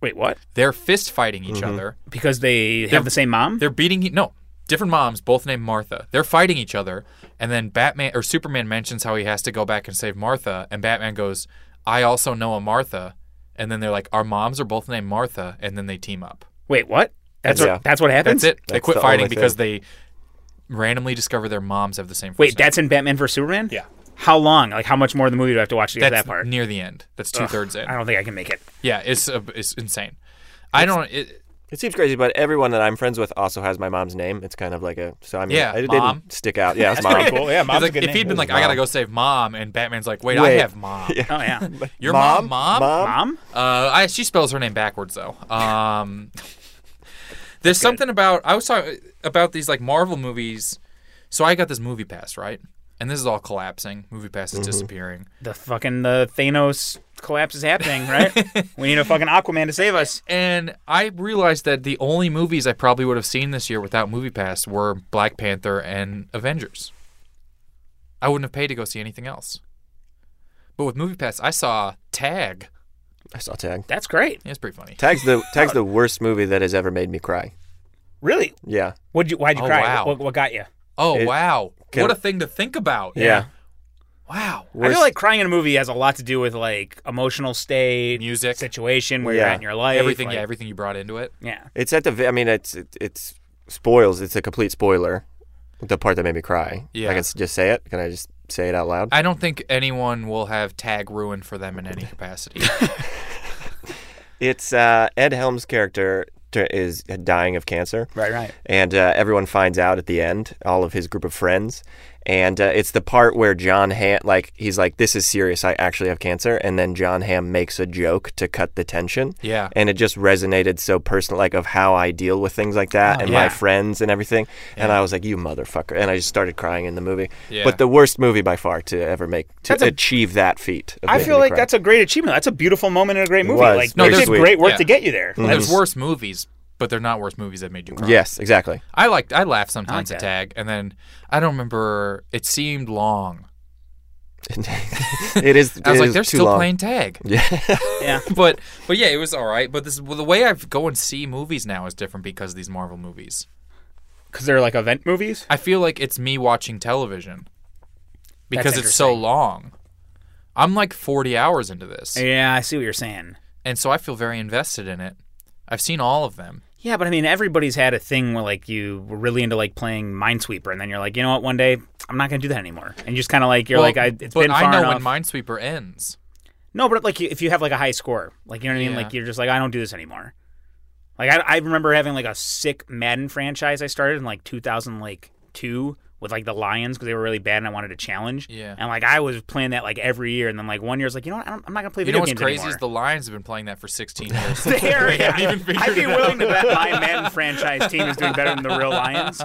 Wait, what?
They're fist fighting each other.
Because they have the same mom.
They're beating e- no different moms, both named Martha. They're fighting each other, and then Batman or Superman mentions how he has to go back and save Martha, and Batman goes, "I also know a Martha," and then they're like, "Our moms are both named Martha," and then they team up.
Wait, what? That's
Yeah.
what, that's what happens.
That's it. they
That's
quit
the
fighting
only thing.
because they randomly discover their moms have the same. First
Wait,
name.
that's in Batman vs Superman.
Yeah.
How long? Like, how much more of the movie do I have to watch to get to
That's
that part?
near the end. That's two thirds in.
I don't think I can make it.
Yeah, it's uh, it's insane. I don't. It,
It seems crazy, but everyone that I'm friends with also has my mom's name. It's kind of like a so I mean
Yeah,
it
Mom.
didn't stick out. Yeah, it's mom.
Yeah,
it's like, if he'd been like, "I gotta go save mom," and Batman's like, "Wait, I
Wait.
have mom.
Oh yeah,
Your mom, mom,
mom.
Uh, I, she spells her name backwards though. Um, there's something about I was talking about these like Marvel movies. So I got this movie pass right, and this is all collapsing. Movie pass
Mm-hmm.
is disappearing.
The fucking the Thanos collapse is happening, right? we need a fucking Aquaman to save us.
And I realized that the only movies I probably would have seen this year without Movie Pass were Black Panther and Avengers. I wouldn't have paid to go see anything else. But with Movie Pass, I saw Tag.
I saw Tag.
That's great.
It's pretty funny.
Tag's the Tag's the worst movie that has ever made me cry.
Really?
Yeah.
What'd you? Why'd you
Oh,
cry?
wow.
What, what got you?
Oh
It-
wow!
Can-
what a thing to think about.
Yeah.
Wow.
I
Worst-
feel like crying in a movie has a lot to do with like emotional state,
Music.
situation, where you're
Yeah.
at in your life,
Everything,
like-
yeah, everything you brought into it.
yeah.
It's at the. ve- I mean, it's it, it's spoils. It's a complete spoiler. The part that made me cry.
Yeah.
I can s- just say it. Can I just say it out loud?
I don't think anyone will have tag ruined for them in any capacity.
It's uh, Ed Helms' character t- is dying of cancer.
Right, right.
and uh, everyone finds out at the end, all of his group of friends. And uh, it's the part where John Ham, like, he's like, "This is serious. I actually have cancer." And then John Ham makes a joke to cut the tension.
Yeah.
And it just resonated so personal, like, of how I deal with things like that and
Oh, yeah.
my friends and everything. And I was like, "You motherfucker!" And I just started crying in the movie.
Yeah.
But the worst movie by far to ever make to
That's a-
achieve that feat. Of
I
making
feel
me
like
cry.
that's a great achievement. That's a beautiful moment in a great movie.
was
Like
No,
they
very
did
sweet.
great work
Yeah.
to get you there.
There's worse movies, but they're not worse movies that made you cry.
yes, exactly.
I liked I laughed sometimes
I like
at tag and then I don't remember it seemed long.
it is.
I was
it
like
is
they're
too
still
long.
playing tag.
Yeah.
Yeah.
but but yeah, it was all right. But this well, the way I go and see movies now is different because of these Marvel movies.
Because they're like event movies.
I feel like it's me watching television because it's so
interesting.
long. I'm like 40 hours into this,
Yeah, I see what you're saying.
and so I feel very invested in it. I've seen all of them.
Yeah, but I mean, everybody's had a thing where like you were really into like playing Minesweeper, and then you're like, you know what, one day I'm not gonna do that anymore, and you just kind of like you're
Well,
like, I, it's
but
been far
I know
enough.
when Minesweeper ends.
no, but like you- if you have like a high score, like you know what I mean,
Yeah.
like you're just like, I don't do this anymore. Like I, I remember having like a sick Madden franchise I started in like 2000 like two with like the Lions because they were really bad and I wanted a challenge.
Yeah.
and like I was playing that like every year, and then like one year's like, you know what, I don't, I'm not gonna play
You
video
know what's
games
crazy
anymore.
is the Lions have been playing that for 16 years.
there.
They haven't
yeah.
even figured
I'd be
it
willing to bet my Madden franchise team is doing better than the real Lions.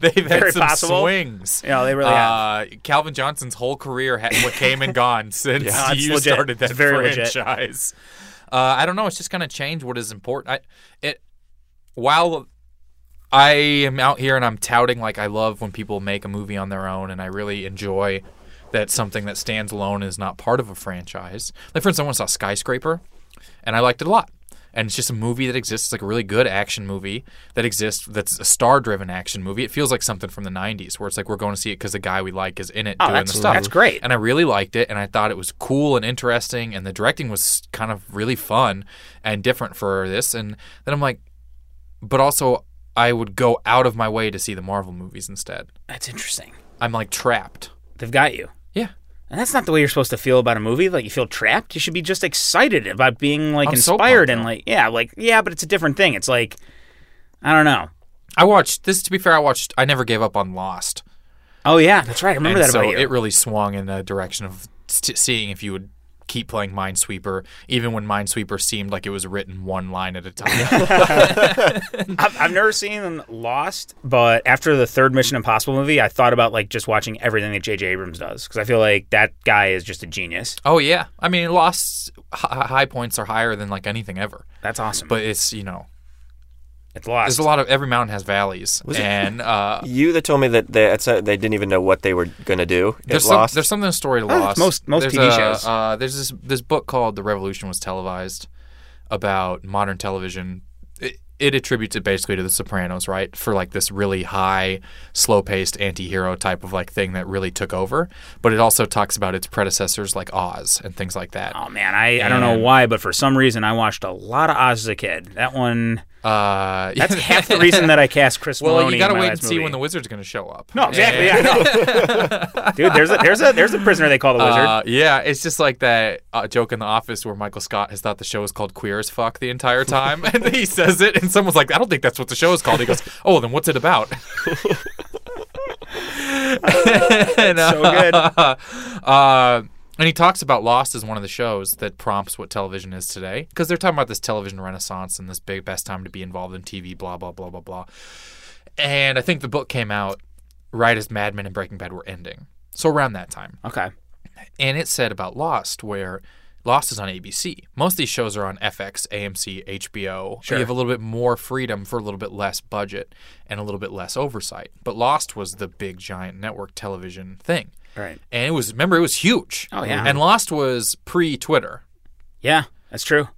They've
Very
had some
possible.
swings.
Yeah, they really
uh,
have.
Calvin Johnson's whole career ha- what came and gone since
Yeah, it's
you
legit.
started that
It's very legit.
franchise. Uh, I don't know. It's just going to change what is important. I, it while I am out here and I'm touting like I love when people make a movie on their own, and I really enjoy that something that stands alone is not part of a franchise. Like for instance, I once saw Skyscraper, and I liked it a lot. And it's just a movie that exists, like a really good action movie that exists. That's a star-driven action movie. It feels like something from the '90s, where it's like we're going to see it because the guy we like is in it
Oh,
doing
that's-
the stuff.
that's great.
And I really liked it, and I thought it was cool and interesting, and the directing was kind of really fun and different for this. And then I'm like, but also I would go out of my way to see the Marvel movies instead.
That's interesting.
I'm like trapped.
They've got you.
Yeah,
And that's not the way you're supposed to feel about a movie. Like you feel trapped. You should be just excited about being like
I'm so
inspired
pumped
and
up.
like yeah, like yeah, but it's a different thing. It's like I don't know.
I watched this. To be fair, I watched. I never gave up on Lost.
Oh yeah, that's right. I remember
and
that
so
about you.
it really swung in the direction of st- seeing if you would keep playing Minesweeper, even when Minesweeper seemed like it was written one line at a time.
I've, I've never seen Lost, but after the third Mission Impossible movie, I thought about like just watching everything that J.J. Abrams does because I feel like that guy is just a genius.
oh yeah, I mean, Lost hi- high points are higher than like anything ever,
That's awesome.
but it's you know.
it's Lost.
There's a lot of every mountain has valleys, and uh,
You that told me that they, that's a, they didn't even know what they were gonna do. It
there's
lost.
Some, there's something in the story to
Oh, it's
Lost.
most- most
there's
TV
a-
shows.
Uh, there's this this book called The Revolution Was Televised about modern television. It, it attributes it basically to The Sopranos, right? For like this really high, slow paced anti hero type of like thing that really took over. But it also talks about its predecessors like Oz and things like that.
Oh man, I, I don't know why, but for some reason I watched a lot of Oz as a kid. That one
Uh,
that's half the reason that I cast Chris
well,
Maloney.
you gotta
in my
wait
last
and see
movie.
when the wizard's gonna show up.
No, exactly. Yeah, I know. Dude, there's a there's a there's a prisoner they call the wizard.
Uh, yeah, it's just like that uh, joke in The Office where Michael Scott has thought the show is called Queer as Fuck the entire time, and he says it, and someone's like, "I don't think that's what the show is called." He goes, "Oh, well, then what's it about?" and, uh,
so good.
uh, and he talks about Lost as one of the shows that prompts what television is today, because they're talking about this television renaissance and this big best time to be involved in TV, blah blah blah blah blah. And I think the book came out right as Mad Men and Breaking Bad were ending, so around that time
Okay.
and it said about Lost, where Lost is on ABC. Most of these shows are on FX, AMC, HBO. You have a little bit more freedom for a little bit less budget and a little bit less oversight. But Lost was the big giant network television thing.
Right.
And it was remember it was huge.
Oh, yeah.
And Lost was pre Twitter
Yeah, that's true.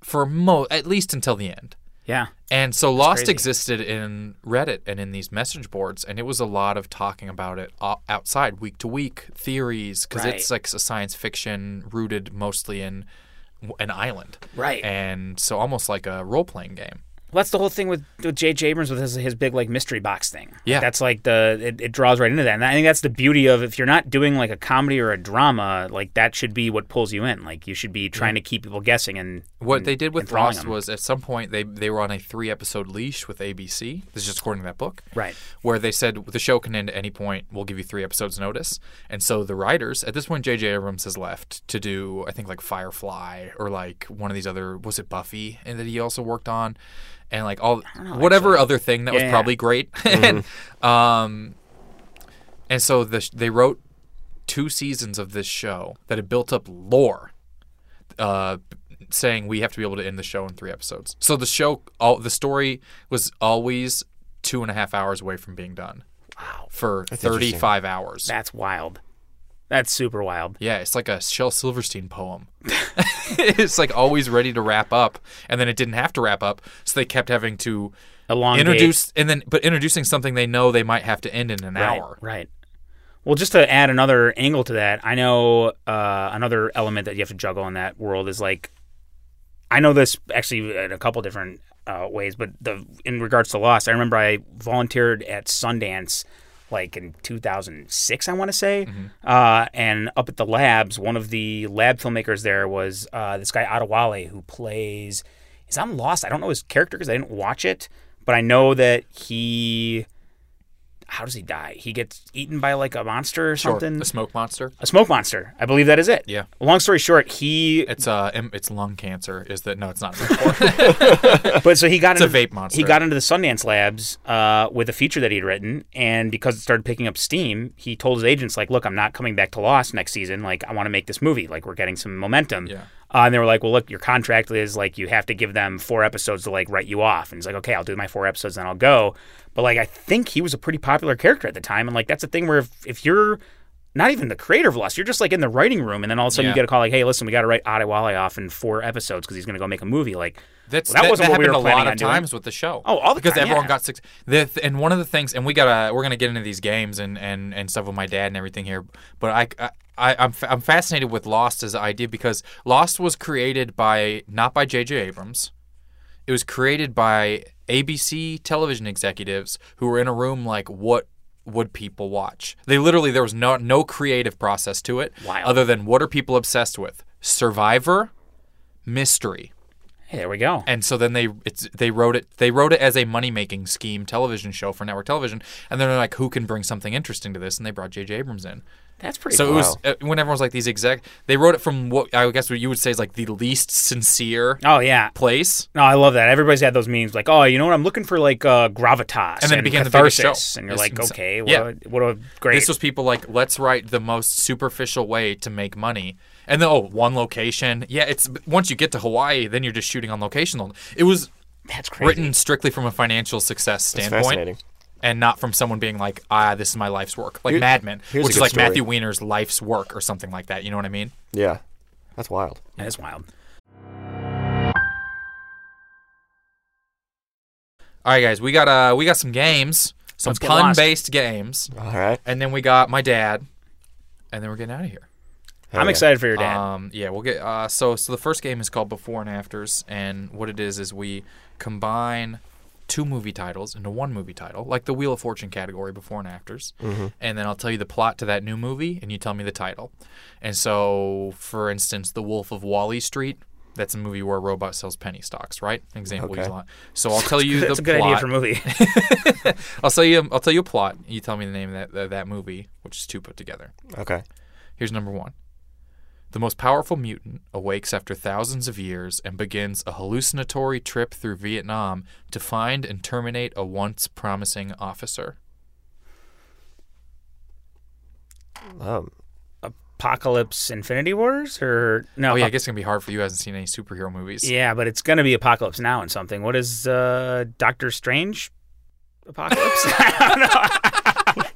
for mo at least until the end.
Yeah.
And so Lost
crazy.
existed in Reddit and in these message boards, and it was a lot of talking about it o- outside, week to week theories, because
Right.
it's like a science fiction rooted mostly in w- an island,
Right.
And so almost like a role playing game.
Well, that's the whole thing with, with J.J. Abrams with his, his big like mystery box thing.
Yeah.
that's like the it, it draws right into that, and I think that's the beauty of if you're not doing like a comedy or a drama, like that should be what pulls you in. Like you should be
Mm.
trying to keep people guessing. And
What
Mm, and
they did with
enthralling
Lost
them.
was at some point they they were on a three episode leash with ABC. This is just according to that book,
Right.
Where they said the show can end at any point. We'll give you three episodes notice. And so the writers at this point, J.J. Abrams has left to do I think like Firefly or like one of these other was it Buffy and that he also worked on, and like all whatever other thing that
Yeah, Mm-hmm. yeah.
was probably great. and, um, and so the, sh- they wrote two seasons of this show that had built up lore uh, saying we have to be able to end the show in three episodes. So the show, all the story was always two and a half hours away from being done. Wow. For
interesting.
35 hours.
that's wild. That's super wild.
yeah, it's like a Shel Silverstein poem. it's like always ready to wrap up, and then it didn't have to wrap up, so they kept having to
Elongate.
introduce and then but introducing something they know they might have to end in an
Right,
hour.
Right. Well, just to add another angle to that, I know uh, another element that you have to juggle in that world is like, I know this actually in a couple different uh, ways, but the in regards to Lost, I remember I volunteered at Sundance. Like in 2006, I want to say,
Mm-hmm.
uh, and up at the labs, one of the lab filmmakers there was uh, this guy Adewale who plays. Is I'm lost. I don't know his character because I didn't watch it, but I know that he how does he die? He gets eaten by like a monster or
Or
something.
a smoke monster.
A smoke monster. I believe that is it.
Yeah.
Long story short, he
It's uh, em- it's lung cancer. Is that no? It's not. It's
but so he got
a
into,
vape monster.
He got into the Sundance Labs uh, with a feature that he'd written, and because it started picking up steam, he told his agents like, "Look, I'm not coming back to Lost next season. Like, I want to make this movie. Like, we're getting some momentum."
Yeah.
Uh, and they were like, "Well, look, your contract is like you have to give them four episodes to like write you off." And he's like, "Okay, I'll do my four episodes, then I'll go." But like, I think he was a pretty popular character at the time, and like that's a thing where if, if you're not even the creator of Lost, you're just like in the writing room, and then all of a sudden
Yeah.
you get a call like, "Hey, listen, we got to write Adewale off in four episodes because he's going to go make a movie." Like,
That's,
Well, that
that,
wasn't
that
what we
happened
were
a
planning
lot
on
of
doing.
times with the show.
Oh, all the
because
time,
everyone
yeah.
got six. The th- and one of the things, and we gotta we're gonna get into these games and, and, and stuff with my dad and everything here. But I, I- I I'm fa- I'm fascinated with Lost as an idea because Lost was created by not by J.J. Abrams. It was created by ABC television executives who were in a room like what would people watch? They literally there was no no creative process to it
Wild.
other than what are people obsessed with? Survivor, mystery.
hey, there we go.
And so then they it's they wrote it they wrote it as a money making scheme television show for network television, and then they're like, who can bring something interesting to this? And they brought J.J. Abrams in.
That's pretty.
So
cool.
it was uh, when everyone was like these exec. They wrote it from what I guess what you would say is like the least sincere
Oh yeah.
place.
No, I love that. Everybody's had those memes like, oh, you know what? I'm looking for like uh, gravitas,
And then it became the biggest
catharsis,
show.
and you're
It's
like,
insane.
okay, what,
Yeah.
a, what a great.
This was people like, let's write the most superficial way to make money. And then oh, one location. Yeah, it's once you get to Hawaii, then you're just shooting on location. It was
that's crazy.
written strictly from a financial success
fascinating.
standpoint. And not from someone being like, ah, this is my life's work. Like
Here-
Mad Men,
here's a
which is
good
like
story.
Matthew Weiner's life's work or something like that. You know what I mean?
Yeah, that's wild.
That is wild.
All right, guys, we got uh, we got some games, some
Let's get lost.
pun-based games,
All right,
and then we got my dad, and then we're getting out of here.
Hell
I'm
yeah.
excited for your dad.
Um, yeah, we'll get. Uh, so, so the first game is called Before and Afters, and what it is is we combine two movie titles into one movie title, like the Wheel of Fortune category, Before and Afters,
Mm-hmm.
and then I'll tell you the plot to that new movie, and you tell me the title. And so, for instance, The Wolf of Wally Street. That's a movie where a robot sells penny stocks, right? Example use a lot. So I'll tell you
that's
the
a good
plot.
idea for a movie.
I'll tell you. I'll tell you a plot. and You tell me the name of that that, that movie, which is two put together.
Okay,
Here's number one. The most powerful mutant awakes after thousands of years and begins a hallucinatory trip through Vietnam to find and terminate a once promising officer.
um,
Apocalypse, Infinity Wars, or no?
Oh, yeah, I guess it's going to be hard for you. who hasn't seen any superhero movies.
Yeah, but it's gonna be Apocalypse Now and something. What is uh, Doctor Strange? Apocalypse? I don't know.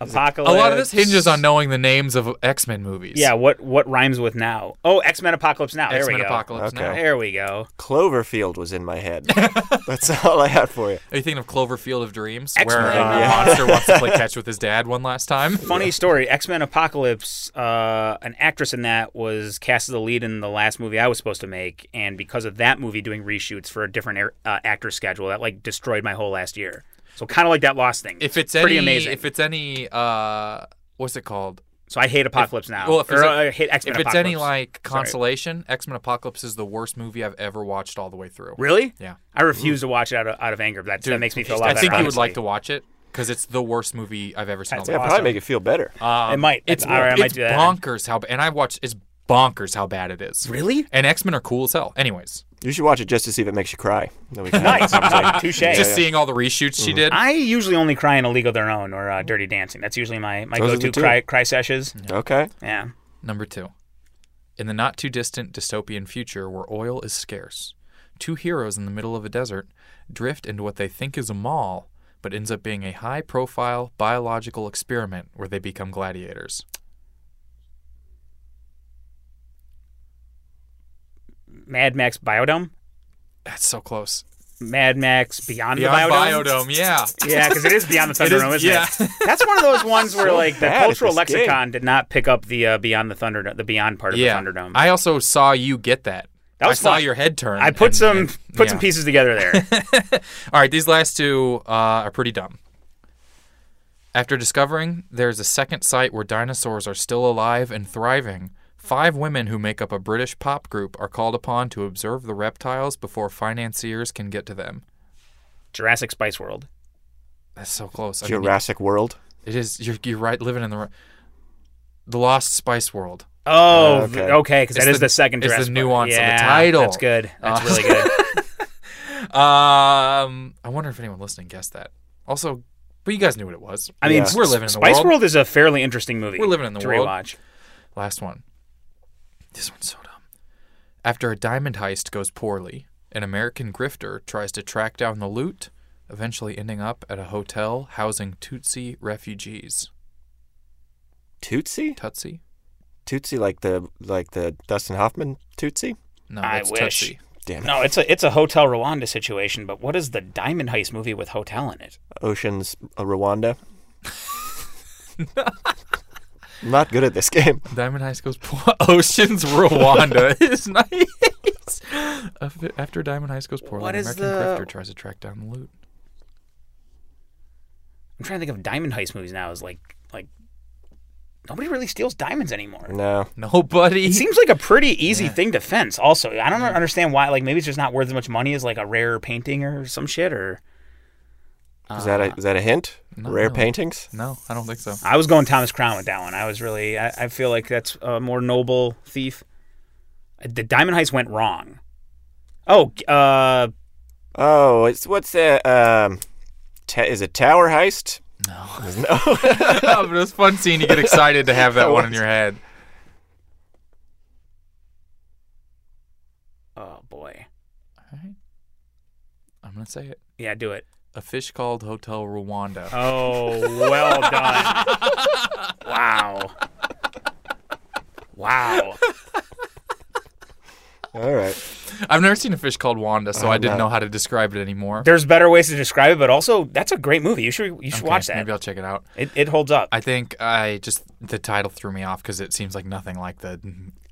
Apocalypse.
A lot of this hinges on knowing the names of X Men movies.
Yeah, what what rhymes with now? Oh, X Men Apocalypse Now.
X
there
Men
we go.
Apocalypse
Okay.
Now.
There we go.
Cloverfield was in my head. That's all I had for you.
Are you thinking of Cloverfield of Dreams,
X-Men.
where a
Yeah.
monster wants to play catch with his dad one last time?
Funny story. X Men Apocalypse. Uh, an actress in that was cast as the lead in the last movie I was supposed to make, and because of that movie doing reshoots for a different air, uh, actor schedule, that like destroyed my whole last year. So kind of like that Lost thing.
If it's
pretty
any,
amazing.
If it's any, uh, what's it called?
so I hate Apocalypse Now.
well, if
Or,
it's a-
uh, I hate X Men.
if it's any like consolation, X Men Apocalypse is the worst movie I've ever watched all the way through.
really,
Yeah.
I refuse to watch it out of, out of anger. But that, that makes me feel a lot
I
better.
think you would
honestly.
like to watch it because it's the worst movie I've ever seen.
That's
all
Yeah,
the way.
probably make it feel better.
Uh,
it might.
um, It's,
All right, I might
it's
do that.
bonkers how ba- and I watched it's bonkers how bad it is.
Really?
And X Men are cool as hell. Anyways,
you should watch it just to see if it makes you cry. Then we can
Nice. Touche.
just seeing all the reshoots she did.
I usually only cry in A League of Their Own or uh, Dirty Dancing. That's usually my, my
Those are
go-to
the two.
cry, cry
Hmm.
sessions.
Okay.
Yeah.
Number two. In the not too distant dystopian future where oil is scarce, two heroes in the middle of a desert drift into what they think is a mall, but ends up being a high profile biological experiment where they become gladiators.
Mad Max Biodome.
That's so close.
Mad Max Beyond,
Beyond
the Biodome.
Biodome, yeah.
Yeah, because it is Beyond the Thunderdome,
is-
isn't
yeah.
it? That's one of those ones where like the
bad at
cultural
this game.
lexicon did not pick up the uh, Beyond the Thunder the Beyond part of
yeah.
the Thunderdome.
I also saw you get that.
That was
I saw
fun.
your head turn.
I put
and-
some
and-
put some
yeah.
pieces together there.
All right, these last two uh, are pretty dumb. After discovering there's a second site where dinosaurs are still alive and thriving, five women who make up a British pop group are called upon to observe the reptiles before financiers can get to them.
Jurassic Spice World.
That's so close. I mean,
Jurassic World.
it is. You're, you're right. Living in the ri- the Lost Spice World.
Oh,
okay.
th- okay, because
It's
that is
the-
the second
it's the
Jurassic
nuance of the
Yeah,
title.
That's good. That's
Uh,
really good.
Um, I wonder if anyone listening guessed that. Also, but you guys knew what it was.
I mean,
Yeah.
we're living in the
Spice
world.
World is a fairly interesting movie.
We're living in the
to
world.
Rewatch.
Last one. This one's so dumb. After a diamond heist goes poorly, an American grifter tries to track down the loot, eventually ending up at a hotel housing Tutsi refugees.
Tootsie?
Tutsi?
Tootsie like the like the Dustin Hoffman Tootsie?
No,
I
that's
wish.
Tutsi.
Damn it.
No, it's a it's a Hotel Rwanda situation. But what is the Diamond Heist movie with hotel in it?
Oceans uh, Rwanda. I'm not good at this game.
Diamond Heist goes poor. Oceans Rwanda is nice. After, after Diamond Heist goes poorly,
What
an
is
American
the-
grifter tries to track down the loot.
I'm trying to think of Diamond Heist movies now. Is like like nobody really steals diamonds anymore.
No.
Nobody.
It seems like a pretty easy thing to fence. Also, I don't understand why. Like maybe it's just not worth as much money as like a rare painting or some shit. Or
Is
Ah.
that a is that a hint?
not
Rare
really.
paintings?
no, I don't think so.
I was going Thomas Crown with that one. I was really I, I feel like that's a more noble thief. The Diamond Heist went wrong. Oh, uh,
Oh, it's what's that um ta- is it tower heist? No. No.
but it was a fun seeing you get excited to have that one in your head.
oh boy,
All right. I'm going to say it.
yeah, do it.
A fish called Hotel Rwanda.
Oh, well done. wow. Wow.
All right.
I've never seen a fish called Wanda, so I didn't
no.
know how to describe it anymore.
There's better ways to describe it, but also that's a great movie. You should you should
Okay,
watch that.
Maybe I'll check it out.
It, it holds up.
I think I just the title threw me off because it seems like nothing like the.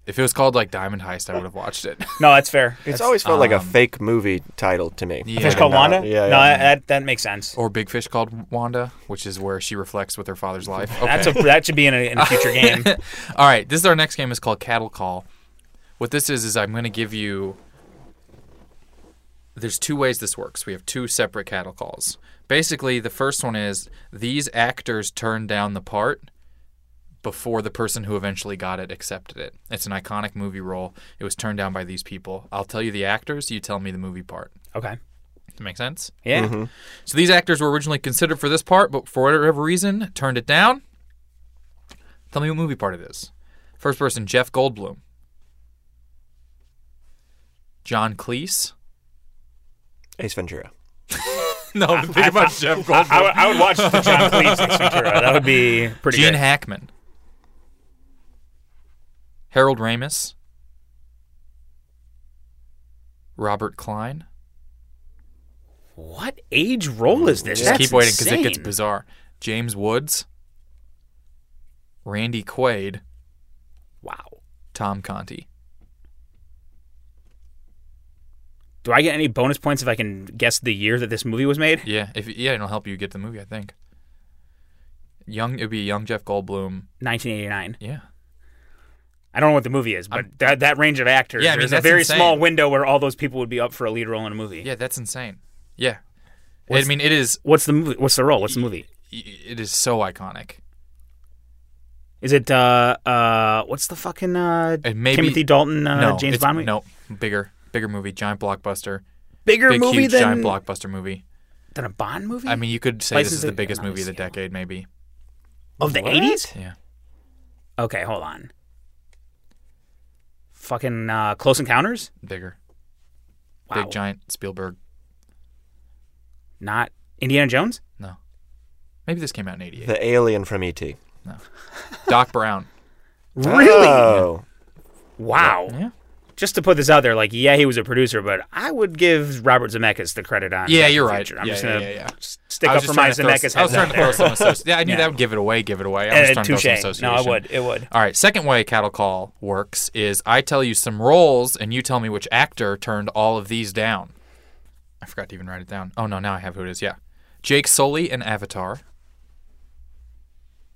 If it was called like Diamond Heist, I would have watched it.
no, that's fair.
It's always felt like
Um,
a fake movie title to me.
Yeah.
Fish called
No,
Wanda.
yeah,
no,
yeah.
that that makes sense.
or Big Fish called Wanda, which is where she reflects with her father's life. Okay.
That's a, that should be in a, in a future game.
All right, this is our next game. It's called Cattle Call. What this is is I'm going to give you. There's two ways this works. We have two separate cattle calls. Basically, the first one is these actors turned down the part before the person who eventually got it accepted it. It's an iconic movie role. It was turned down by these people. I'll tell you the actors. You tell me the movie part.
Okay.
Does that make sense?
Yeah.
Mm-hmm.
So these actors were originally considered for this part, but for whatever reason, turned it down. Tell me what movie part it is. First person, Jeff Goldblum. John Cleese.
Ace Ventura.
no, I'm thinking about Jeff Goldblum.
I, would, I would watch the John Cleese Ace Ventura. That would be pretty
Gene
good.
Hackman. Harold Ramis. Robert Klein.
what age roll is this?
Just
That's
keep waiting it gets
insane.
bizarre. James Woods. Randy Quaid.
Wow.
Tom Conti.
Do I get any bonus points if I can guess the year that this movie was made?
Yeah, if yeah, it'll help you get the movie, I think. Young, it'd be young Jeff Goldblum.
1989.
Yeah,
I don't know what the movie is, but that, that range of actors,
Yeah, I mean,
there's a
that's
very
insane.
small window where all those people would be up for a lead role in a movie.
yeah, that's insane. Yeah,
What's-
I mean, it is
What's the movie? What's the role? What's the movie?
it is so iconic.
Is it uh uh what's the fucking uh
It may be-
Timothy Dalton uh,
no,
James
it's-
Bond movie?
No, bigger, bigger movie, giant blockbuster,
bigger
big,
movie
huge,
than
giant blockbuster movie.
than a Bond movie.
I mean, you could say this
License
is the
to-
biggest
no,
movie of the
it's-
decade, maybe.
of the
What?
eighties.
Yeah,
Okay, hold on. Fucking uh, Close Encounters.
bigger,
Wow.
big, giant Spielberg.
Not Indiana Jones.
No, maybe this came out in '88.
The alien from E ET.
Doc Brown.
Really?
Oh.
Wow.
Yeah.
Just to put this out there, like, yeah, he was a producer, but I would give Robert Zemeckis the credit on.
Yeah,
Back to
you're
the
right.
Future. I'm
Yeah,
just
yeah,
gonna
yeah, yeah.
stick
I
up
was
for
just
my
trying to throw
Zemeckis.
some- I was
heads
trying
out
to throw
there.
some association. Yeah, I knew
Yeah.
that would give it away. Give it away. I was
Eh,
trying to throw some
Touche.
association.
No, I would. It would.
All right. Second way cattle call works is I tell you some roles and you tell me which actor turned all of these down. I forgot to even write it down. Oh no, now I have who it is. Yeah, Jake Sully in Avatar.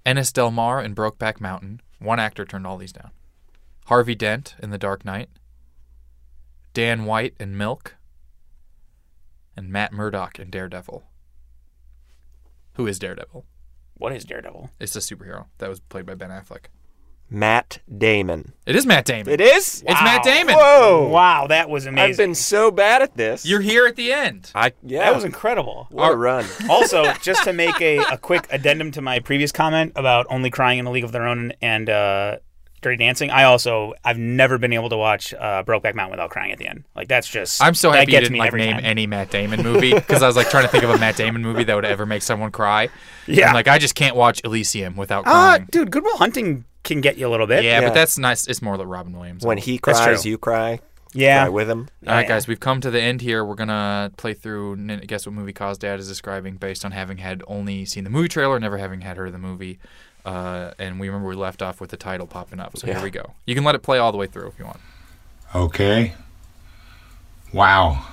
Ennis Del Mar in Brokeback Mountain. One actor turned all these down. Harvey Dent in The Dark Knight. Dan White in Milk. And Matt Murdock in Daredevil. Who is Daredevil?
What is Daredevil?
It's a superhero that was played by Ben Affleck.
Matt Damon.
It is Matt Damon.
It is?
It's Matt Damon.
Whoa.
Wow, that was amazing.
I've been so bad at this.
You're here at the end.
I yeah.
That was incredible.
what a run.
also, just to make a, a quick addendum to my previous comment about only crying in a league of their own and uh, Dirty Dancing, I also I've never been able to watch uh, Brokeback Mountain without crying at the end. Like that's just
I'm so
that
happy you
gets
didn't
me
like
every
name
time.
any Matt Damon movie because I was like trying to think of a Matt Damon movie that would ever make someone cry.
Yeah.
I'm like I just can't watch Elysium without
Ah,
crying.
dude, Goodwill Hunting can get you a little bit.
yeah,
yeah.
but that's nice. It's more like Robin Williams.
When he
That's
cries,
true.
you cry. Cry
yeah.
with him.
All right,
yeah.
guys, we've come to the end here. We're gonna play through. Nin- Guess what movie Cause Dad is describing based on having had only seen the movie trailer, never having had heard of the movie. Uh, and we remember we left off with the title popping up. So here we go. You can let it play all the way through if you want.
Okay. Wow.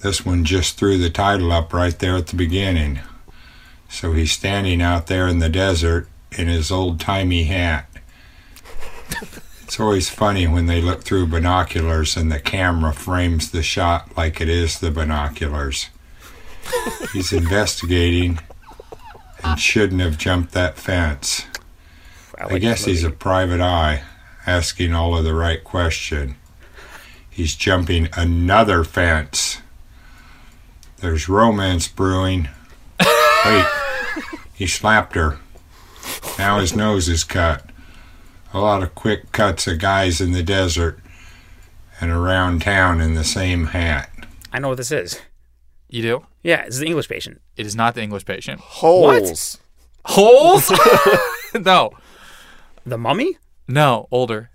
This one just threw the title up right there at the beginning. So he's standing out there in the desert in his old timey hat. It's always funny when they look through binoculars and the camera frames the shot like it is the binoculars. He's investigating and shouldn't have jumped that fence. I guess he's a private eye asking all of the right question. He's jumping another fence. There's romance brewing. Wait, he slapped her. Now his nose is cut. A lot of quick cuts of guys in the desert and around town in the same hat.
I know what this is.
You do?
Yeah, this is the English patient.
It is not the English patient.
Holes.
Holes? no,
The mummy?
no, older.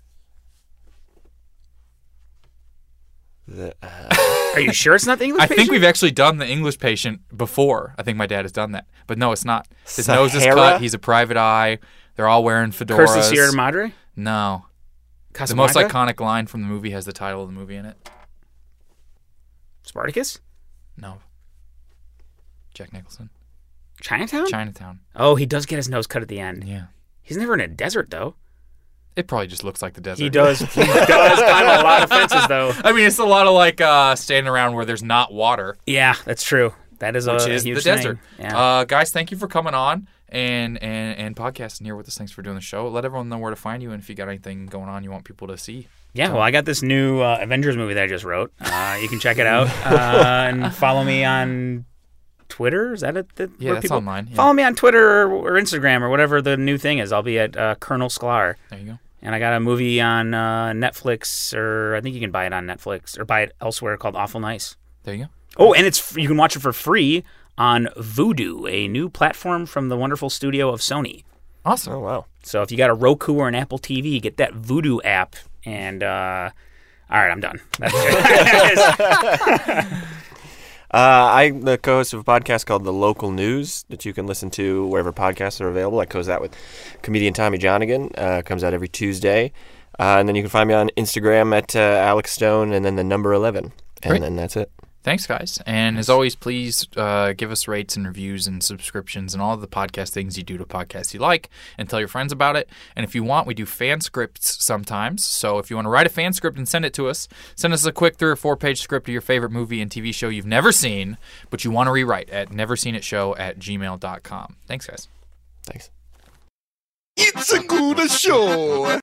Are you sure it's not the English
I
patient?
think we've actually done the English patient before. I think my dad has done that, but no, it's not. His nose is
Sahara?
cut. He's a private eye. They're all wearing fedoras.
Curse of Sierra Madre?
no, the most
Casablanca?
iconic line from the movie has the title of the movie in it.
Spartacus?
No, Jack Nicholson,
Chinatown?
Chinatown.
oh, he does get his nose cut at the end.
Yeah,
He's never in a desert though.
it probably just looks like the desert.
He does. He does climb a lot of fences, though.
I mean, it's a lot of like uh, standing around where there's not water,
Yeah, that's true. That is
which
a
is the
huge
desert.
thing. Yeah.
Uh, guys, thank you for coming on and and and podcasting here with us. Thanks for doing the show. Let everyone know where to find you and if you got anything going on you want people to see.
yeah. Well, I got this new uh, Avengers movie that I just wrote. Uh, you can check it out uh, and follow me on Twitter. Is that it? The,
Yeah,
where
that's
people-
online, yeah.
Follow me on Twitter or, or Instagram or whatever the new thing is. I'll be at uh, Colonel Sklar.
There you go.
And I got a movie on uh, Netflix, or I think you can buy it on Netflix or buy it elsewhere called Awful Nice.
There you go.
Oh, and it's you can watch it for free on Vudu, a new platform from the wonderful studio of Sony.
Awesome.
Oh wow.
So if you got a Roku or an Apple TV, get that Voodoo app. And uh, all right, I'm done. That's it.
Uh, I'm the co-host of a podcast called The Local News that you can listen to wherever podcasts are available. I co-host that with comedian Tommy Jonigan. Uh, comes out every Tuesday, uh, and then you can find me on Instagram at uh, Alex Stone, and then the number eleven, and
Great.
then that's it.
Thanks, guys. And as always, please uh, give us rates and reviews and subscriptions and all the podcast things you do to podcasts you like and tell your friends about it. And if you want, we do fan scripts sometimes. So if you want to write a fan script and send it to us, send us a quick three or four page script of your favorite movie and TV show you've never seen, but you want to rewrite at neverseensitshow at gmail.com. Thanks, guys.
Thanks.
It's a good show.